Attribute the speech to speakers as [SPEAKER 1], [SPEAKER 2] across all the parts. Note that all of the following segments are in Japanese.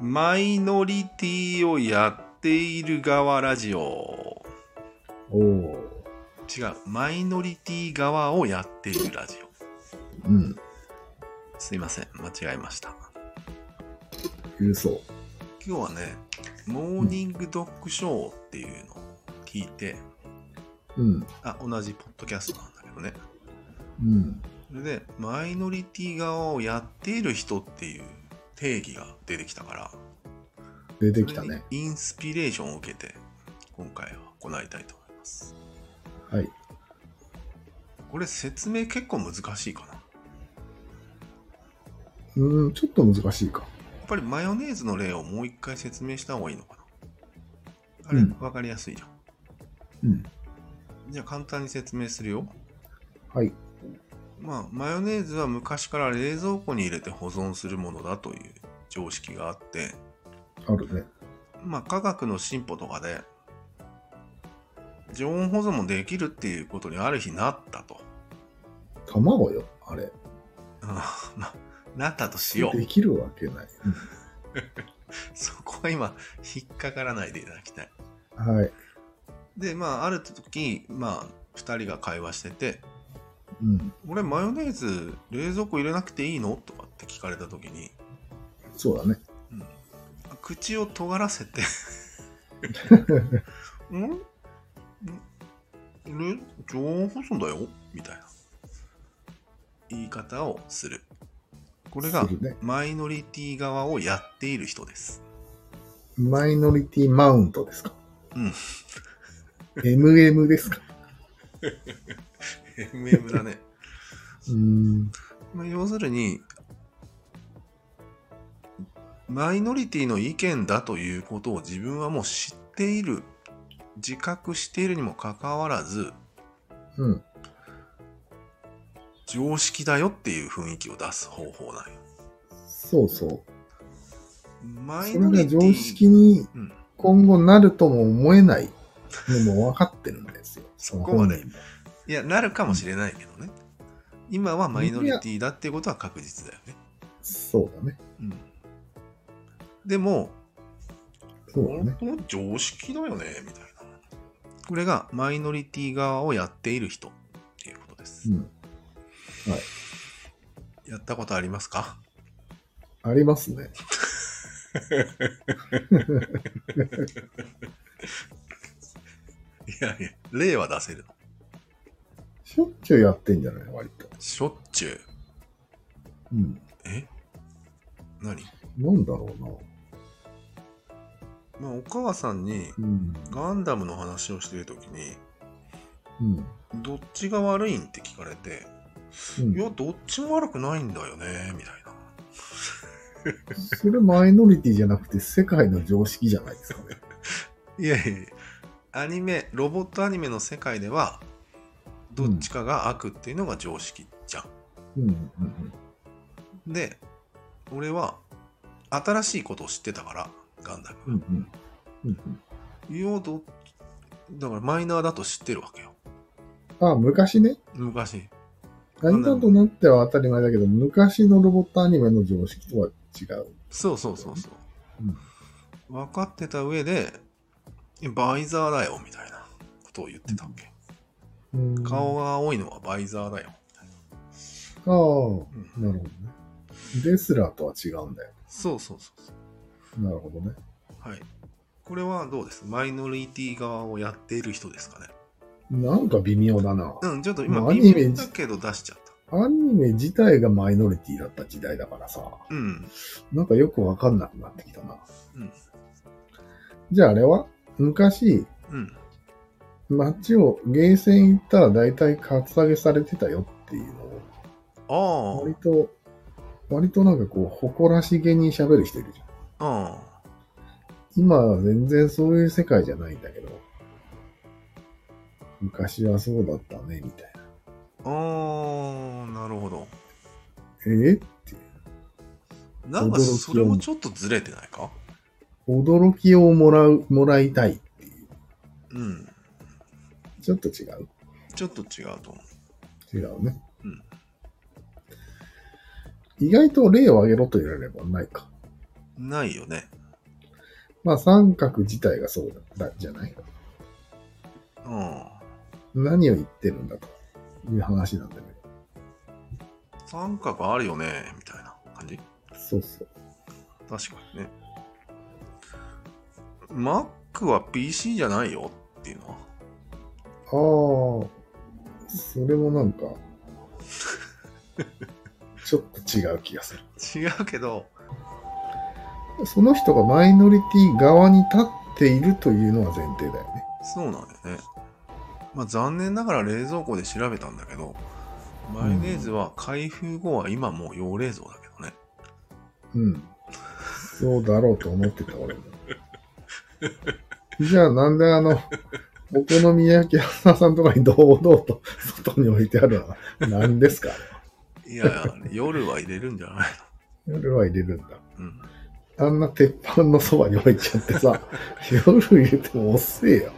[SPEAKER 1] マイノリティをやっている側ラジオ。
[SPEAKER 2] おお。
[SPEAKER 1] 違う。マイノリティ側をやっているラジオ。
[SPEAKER 2] うん。
[SPEAKER 1] すいません。間違えました。
[SPEAKER 2] 嘘。
[SPEAKER 1] 今日はね、モーニングドッグショーっていうのを聞いて、
[SPEAKER 2] うん。
[SPEAKER 1] あ、同じポッドキャストなんだけどね。
[SPEAKER 2] うん。
[SPEAKER 1] それで、マイノリティ側をやっている人っていう定義が出てきたから、
[SPEAKER 2] 出てきたね。
[SPEAKER 1] インスピレーションを受けて、今回は行いたいと思います。
[SPEAKER 2] はい。
[SPEAKER 1] これ説明結構難しいかな。や
[SPEAKER 2] うん、ちょっと難しいか。
[SPEAKER 1] っぱりマヨネーズの例をもう一回説明した方がいいのかな。あれ、
[SPEAKER 2] うん
[SPEAKER 1] わかりやすいじゃん。
[SPEAKER 2] うん。
[SPEAKER 1] じゃあ簡単に説明するよ。
[SPEAKER 2] はい。
[SPEAKER 1] まあ、マヨネーズは昔から冷蔵庫に入れて保存するものだという常識があって、
[SPEAKER 2] あるね。
[SPEAKER 1] まあ、科学の進歩とかで、常温保存もできるっていうことにある日なったと。
[SPEAKER 2] 卵よ、あれ。
[SPEAKER 1] あななったとしよう
[SPEAKER 2] で。きるわけない。
[SPEAKER 1] そこは今、引っかからないでいただきたい。
[SPEAKER 2] うんはい。
[SPEAKER 1] で、まあ、ある時、まあ、2人が会話してて、
[SPEAKER 2] うん。
[SPEAKER 1] 俺、マヨネーズ、冷蔵庫入れなくていいのとかって聞かれた時に、
[SPEAKER 2] そうだね。
[SPEAKER 1] うん口を尖らせ てんんれ常温保存だよみたいな言い方をするこれが
[SPEAKER 2] するね。
[SPEAKER 1] マイノリティ側をやっている人です
[SPEAKER 2] マイノリティマウントですか。
[SPEAKER 1] うん。
[SPEAKER 2] MM ですか。
[SPEAKER 1] MM だね
[SPEAKER 2] うん。
[SPEAKER 1] まあ要するにマイノリティの意見だということを自分はもう知っている自覚しているにもかかわらず
[SPEAKER 2] うん。
[SPEAKER 1] 常識だよっていう雰囲気を出す方法なんよ。
[SPEAKER 2] そうそう。
[SPEAKER 1] マイ
[SPEAKER 2] そ
[SPEAKER 1] ノリ
[SPEAKER 2] れが
[SPEAKER 1] テ
[SPEAKER 2] 常
[SPEAKER 1] ィ
[SPEAKER 2] 識に
[SPEAKER 1] うん、
[SPEAKER 2] 今後なるとも思えないのも分かってるんですよ。
[SPEAKER 1] そこまで。いや、なるかもしれないけどね。今はマイノリティだっていうことは確実だよね。
[SPEAKER 2] そうだね。
[SPEAKER 1] うん、でも、
[SPEAKER 2] そうだ
[SPEAKER 1] 本
[SPEAKER 2] ね。
[SPEAKER 1] 当は常識だよね、みたいな。これがマイノリティ側をやっている人っていうことです。
[SPEAKER 2] うん。
[SPEAKER 1] やったことありますか
[SPEAKER 2] ありますね。
[SPEAKER 1] いやいや、例は出せるの。
[SPEAKER 2] しょっちゅうやってんじゃない割と。
[SPEAKER 1] しょっちゅう。
[SPEAKER 2] うん。
[SPEAKER 1] え何
[SPEAKER 2] なんだろうな。
[SPEAKER 1] まあ、お母さんに
[SPEAKER 2] うん。
[SPEAKER 1] ガンダムの話をしているときに、
[SPEAKER 2] うん。
[SPEAKER 1] どっちが悪いんって聞かれて、
[SPEAKER 2] うん
[SPEAKER 1] いや、どっちも悪くないんだよね、みたいな。
[SPEAKER 2] それマイノリティじゃなくて世界の常識じゃないですかね。
[SPEAKER 1] いやいやいやアニメ、ロボットアニメの世界では、どっちかが悪っていうのが常識じゃ
[SPEAKER 2] うんうん
[SPEAKER 1] ん。で、俺は、新しいことを知ってたから、ガンダ
[SPEAKER 2] う
[SPEAKER 1] ム。
[SPEAKER 2] んうんうんうん
[SPEAKER 1] いや、どっだからマイナーだと知ってるわけよ。
[SPEAKER 2] うん。あ、昔ね。
[SPEAKER 1] 昔。
[SPEAKER 2] 何だとなっては当たり前だけど、昔のロボットアニメの常識とは違う。
[SPEAKER 1] そうそうそうそう。分かってた上で、いやバイザーだよ、みたいなことを言ってたわけ。
[SPEAKER 2] うん。うん
[SPEAKER 1] 顔。が青いのはバイザーだよ。うん
[SPEAKER 2] ああ、なるほどね。レスラーとは違うんだよ。
[SPEAKER 1] そうそうそうそ
[SPEAKER 2] なるほどね。
[SPEAKER 1] う。はい。これはどうですマイノリティ側をやっている人ですかね。
[SPEAKER 2] なんか微妙だな。
[SPEAKER 1] うん、ちょっと今、
[SPEAKER 2] まあ
[SPEAKER 1] 微
[SPEAKER 2] アニ
[SPEAKER 1] 妙
[SPEAKER 2] メ
[SPEAKER 1] だけど出しちゃった。
[SPEAKER 2] アニメ自体がマイノリティだった時代だからさ、
[SPEAKER 1] うん。
[SPEAKER 2] なんかよくわかんなくなってきたな。
[SPEAKER 1] うん
[SPEAKER 2] じゃああれは昔、
[SPEAKER 1] うん。
[SPEAKER 2] 街をゲーセン行ったら大体カツアゲされてたよっていうのを、
[SPEAKER 1] あ
[SPEAKER 2] 割と、割となんかこう、誇らしげに喋る人いるじゃん。
[SPEAKER 1] あ。あ
[SPEAKER 2] 今は全然そういう世界じゃないんだけど、昔はそうだったね、みたい
[SPEAKER 1] あ。
[SPEAKER 2] な。
[SPEAKER 1] ああ、なるほど。
[SPEAKER 2] え
[SPEAKER 1] なんか
[SPEAKER 2] 驚きを
[SPEAKER 1] それもちょっとずれてないか
[SPEAKER 2] 驚きをもらう、もらいたいっていう。
[SPEAKER 1] うん。
[SPEAKER 2] ちょっと違う
[SPEAKER 1] ちょっと違うと思
[SPEAKER 2] 違うね。
[SPEAKER 1] うん
[SPEAKER 2] 意外と例を挙げろと言われればないか。
[SPEAKER 1] う。ないよね。
[SPEAKER 2] まあ三角自体がそうだ、じゃない
[SPEAKER 1] うん。
[SPEAKER 2] 何を言ってるんだという話なんだけど。
[SPEAKER 1] 三角あるよね、みたいな感じ。
[SPEAKER 2] そうそう。
[SPEAKER 1] 確かにね。Mac は PC じゃないよっていうのは。
[SPEAKER 2] ああ、それも なんか、ちょっと違う気がする。
[SPEAKER 1] 違うけど、
[SPEAKER 2] その人がマイノリティ側に立っているというのは前提だよね。
[SPEAKER 1] そうなんだよね。まあ残念ながら冷蔵庫で調べたんだけど、マヨネーズは開封後は今もう用冷蔵だけどね。
[SPEAKER 2] うん。そうだろうと思ってた俺も。じゃあなんであの、お好み焼き屋さんとかに堂々と外に置いてあるのは何ですか
[SPEAKER 1] いやいや、夜は入れるんじゃない
[SPEAKER 2] 夜は入れるんだ。
[SPEAKER 1] のうん。
[SPEAKER 2] あんな鉄板のそばに置いちゃってさ、 夜入れても遅えよ。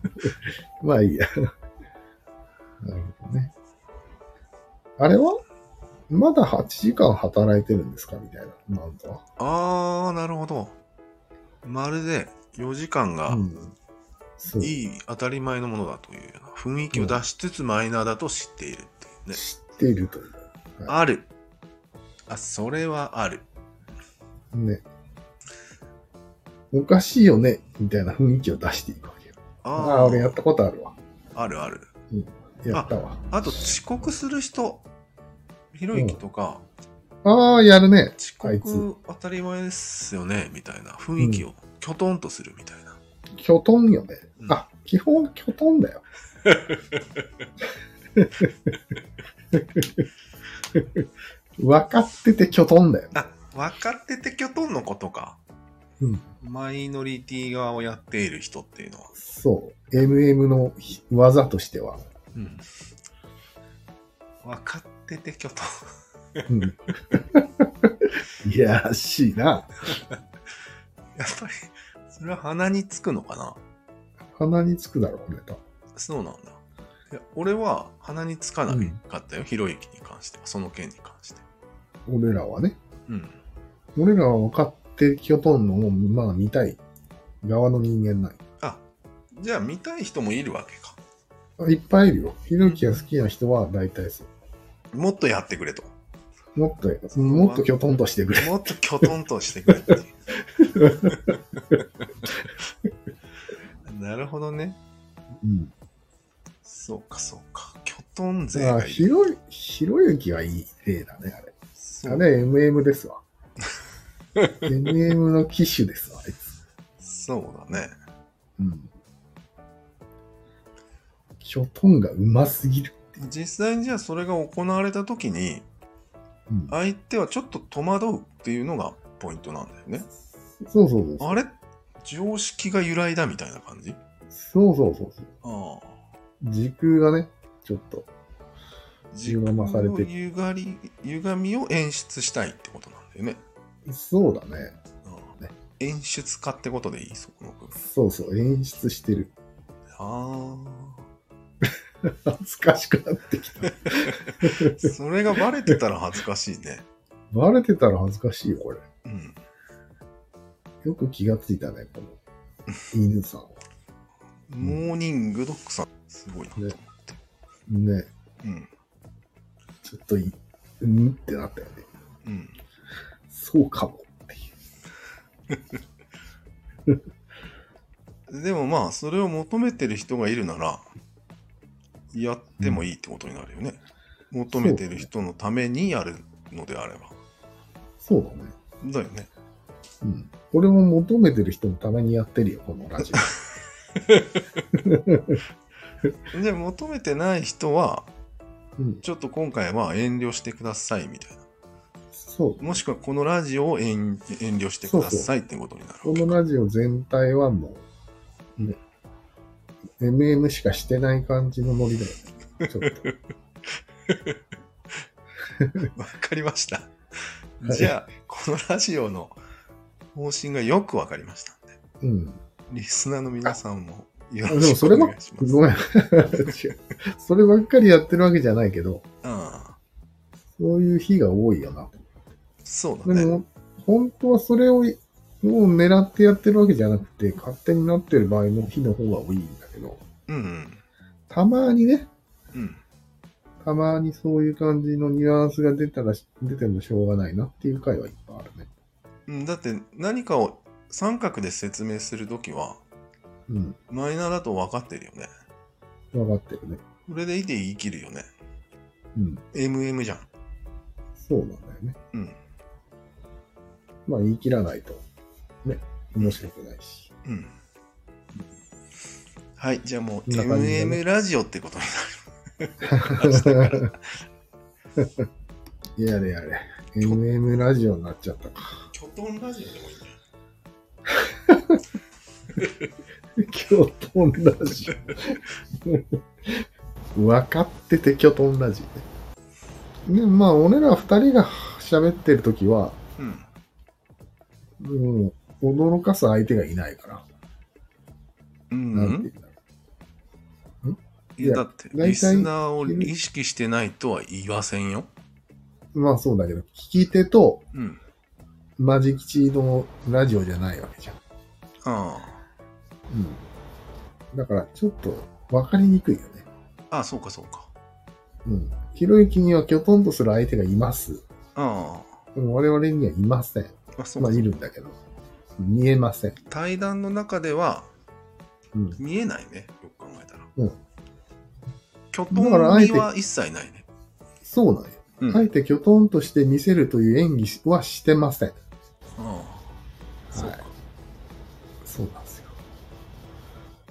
[SPEAKER 2] まあいいや。なるほどね。あれはまだ8時間働いてるんですかみたいな。なんとは。
[SPEAKER 1] あー、なるほど。まるで4時間が
[SPEAKER 2] うん、そう。
[SPEAKER 1] いい当たり前のものだというような雰囲気を出しつつマイナーだと知っているっていうね。
[SPEAKER 2] 知っているという。
[SPEAKER 1] ある。あ、それはある。
[SPEAKER 2] ね。おかしいよねみたいな雰囲気を出していくわけよ。ああー、
[SPEAKER 1] ー
[SPEAKER 2] 俺やったことあるわ。
[SPEAKER 1] あるある。
[SPEAKER 2] やったわ。
[SPEAKER 1] あと、遅刻する人。ひろゆきとか、
[SPEAKER 2] ああー、やるね。
[SPEAKER 1] 遅
[SPEAKER 2] あいつ
[SPEAKER 1] 刻当たり前ですよね、みたいな雰囲気を、きょとんとするみたいな。
[SPEAKER 2] きょとんよね
[SPEAKER 1] う。ん
[SPEAKER 2] あ、基本きょとんだよ。分かっててきょとんだよ。
[SPEAKER 1] あ、分かっててきょとんのことか。
[SPEAKER 2] うん
[SPEAKER 1] マイノリティ側をやっている人っていうのは。
[SPEAKER 2] そう。MM のひ技としては。
[SPEAKER 1] うん。分かっててきょとん。
[SPEAKER 2] うんいやらしいな。
[SPEAKER 1] やっぱり、それは鼻につくのかな
[SPEAKER 2] 鼻につくだろうね、と。
[SPEAKER 1] そうなんだ。いや俺は鼻につかな
[SPEAKER 2] うん
[SPEAKER 1] かったよ、ひろゆきに関しては、その件に関して。
[SPEAKER 2] 俺らはね。
[SPEAKER 1] うん。
[SPEAKER 2] 俺らは分かってきょとんのを、まあ見たい側の人間ない。
[SPEAKER 1] あ、じゃあ見たい人もいるわけか。
[SPEAKER 2] いっぱいいるよ。ひろゆきが好きな人は大体そう。
[SPEAKER 1] もっとやってくれ と。
[SPEAKER 2] もっと、もっときょとんとしてくれ。
[SPEAKER 1] もっときょとんとしてくれって いう。なるほどね。
[SPEAKER 2] うん
[SPEAKER 1] そうか、そうか。きょとん勢
[SPEAKER 2] まあ、
[SPEAKER 1] がい
[SPEAKER 2] ひ
[SPEAKER 1] る。
[SPEAKER 2] ろ、ひろゆきはいい例だね、あれ。
[SPEAKER 1] そう
[SPEAKER 2] あれ、MM ですわ。MM の機種ですわ、あいつ。
[SPEAKER 1] そうだね。
[SPEAKER 2] うん。キョトンがうますぎる。
[SPEAKER 1] 実際にじゃあそれが行われた時に、
[SPEAKER 2] うん、
[SPEAKER 1] 相手はちょっと戸惑うっていうのがポイントなんだよね。
[SPEAKER 2] そうそうそう。
[SPEAKER 1] あれ常識が由来だみたいな感じ
[SPEAKER 2] そうそうそうそう。
[SPEAKER 1] ああ。
[SPEAKER 2] 時空がね、ちょっと。
[SPEAKER 1] 自分
[SPEAKER 2] 歪まされ
[SPEAKER 1] の
[SPEAKER 2] て
[SPEAKER 1] ゆがり歪みを演出したいってことなんだよね。
[SPEAKER 2] そうだね。
[SPEAKER 1] うん
[SPEAKER 2] ね
[SPEAKER 1] 演出家ってことでいいそこの部分。
[SPEAKER 2] そうそう、演出してる。
[SPEAKER 1] あ
[SPEAKER 2] 恥ずかしくなってきた。
[SPEAKER 1] あ。それがバレてたら恥ずかしいね。
[SPEAKER 2] バレてたら恥ずかしいよ、これ。
[SPEAKER 1] うん。
[SPEAKER 2] よく気がついたね、この犬さんは。
[SPEAKER 1] モーニングドッグさん、すごいなと思って。
[SPEAKER 2] ね。
[SPEAKER 1] うん。
[SPEAKER 2] ちょっとい、うんってなったよね。
[SPEAKER 1] うん。
[SPEAKER 2] そうかもっていう。
[SPEAKER 1] でもまあ、それを求めてる人がいるなら、やってもいいってことになるよね。求めてる人のためにやるのであれば。
[SPEAKER 2] そうだね。
[SPEAKER 1] だよね。
[SPEAKER 2] うん。俺も求めてる人のためにやってるよ、このラジ
[SPEAKER 1] じゃあ、求めてない人は、
[SPEAKER 2] オ。うん。
[SPEAKER 1] ちょっと今回は遠慮してくださいみたいな。
[SPEAKER 2] そう。
[SPEAKER 1] もしくはこのラジオを遠遠慮してくださいってことになる
[SPEAKER 2] こ
[SPEAKER 1] わけ
[SPEAKER 2] のラジオ全体はもう、ね、MM しかしてない感じのノリだよね。ちょ っと。
[SPEAKER 1] わかりました。
[SPEAKER 2] はい
[SPEAKER 1] じゃあ、このラジオの方針がよくわかりましたんで、
[SPEAKER 2] うん。
[SPEAKER 1] リスナーの皆さんもよ
[SPEAKER 2] あでも
[SPEAKER 1] ろし
[SPEAKER 2] そ
[SPEAKER 1] く
[SPEAKER 2] れ
[SPEAKER 1] お
[SPEAKER 2] も
[SPEAKER 1] 願いします。
[SPEAKER 2] ごめん。 違うそればっかりやってるわけじゃないけど、
[SPEAKER 1] うん、
[SPEAKER 2] そういう日が多いよな。
[SPEAKER 1] そうだ
[SPEAKER 2] で
[SPEAKER 1] ね。
[SPEAKER 2] も、本当はそれをを狙ってやってるわけじゃなくて、勝手になってる場合の日の方が多いんだけど、
[SPEAKER 1] うん
[SPEAKER 2] たまにね、
[SPEAKER 1] うん。うん。
[SPEAKER 2] たまにそういう感じのニュアンスが出たら、出てもしょうがないなっていう回はいっぱいあるね。
[SPEAKER 1] うんだって何かを三角で説明するときは、
[SPEAKER 2] うん。
[SPEAKER 1] マイナーだと分かってるよね。
[SPEAKER 2] わかってるね。
[SPEAKER 1] これでいて言い切るよね。
[SPEAKER 2] うん。
[SPEAKER 1] MM じゃん。
[SPEAKER 2] そうなんだよね。
[SPEAKER 1] うん。
[SPEAKER 2] まあ言い切らないと、ね、面白くないし。
[SPEAKER 1] うん。はい、じゃあもう、
[SPEAKER 2] こんな感じだね
[SPEAKER 1] MM ラジオってことに
[SPEAKER 2] やれやれ。MM ラジオになっちゃったか。
[SPEAKER 1] キョトンラジオでもいいんだよ。
[SPEAKER 2] 京都ラジオ。分かってて京都ラジオね。ね、まあ俺ら二人が喋ってる時は、
[SPEAKER 1] うん。
[SPEAKER 2] もう驚かす相手がいないから。
[SPEAKER 1] うん
[SPEAKER 2] な
[SPEAKER 1] うん
[SPEAKER 2] て
[SPEAKER 1] ん
[SPEAKER 2] 言うんだろ
[SPEAKER 1] いやだって、
[SPEAKER 2] 大体
[SPEAKER 1] リスナーを意識してないとは言わせんよ。
[SPEAKER 2] うまあそうだけど、聞き手と
[SPEAKER 1] うん。
[SPEAKER 2] マジ吉のラジオじゃないわけじゃん。
[SPEAKER 1] あ
[SPEAKER 2] うん。だからちょっと分かりにくいよね。
[SPEAKER 1] あ。ああ、そうかそうか。
[SPEAKER 2] うん。ひろゆきにはきょとんとする相手がいます。
[SPEAKER 1] あ
[SPEAKER 2] でも我々にはいません。
[SPEAKER 1] あ。あそう
[SPEAKER 2] ま
[SPEAKER 1] か
[SPEAKER 2] あいるんだけど。見えません。
[SPEAKER 1] 対談の中では
[SPEAKER 2] うん。
[SPEAKER 1] 見えないね。よく考えたら。
[SPEAKER 2] うん。
[SPEAKER 1] キョ
[SPEAKER 2] だから
[SPEAKER 1] トン
[SPEAKER 2] あえ
[SPEAKER 1] 味
[SPEAKER 2] て
[SPEAKER 1] は一切ないね。
[SPEAKER 2] そうなんよ。
[SPEAKER 1] うん。
[SPEAKER 2] あえてきょとんとして見せるという演技はしてません。
[SPEAKER 1] ああ。そうか。
[SPEAKER 2] そうなんですよ。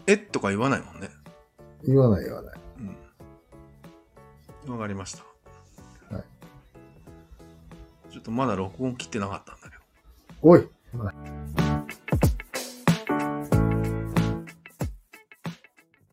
[SPEAKER 1] えっとか言わないもんね。
[SPEAKER 2] 言わない言わない。
[SPEAKER 1] うん。わかりました。。
[SPEAKER 2] はい
[SPEAKER 1] ちょっとまだ録音切ってなかったんだけど。
[SPEAKER 2] おい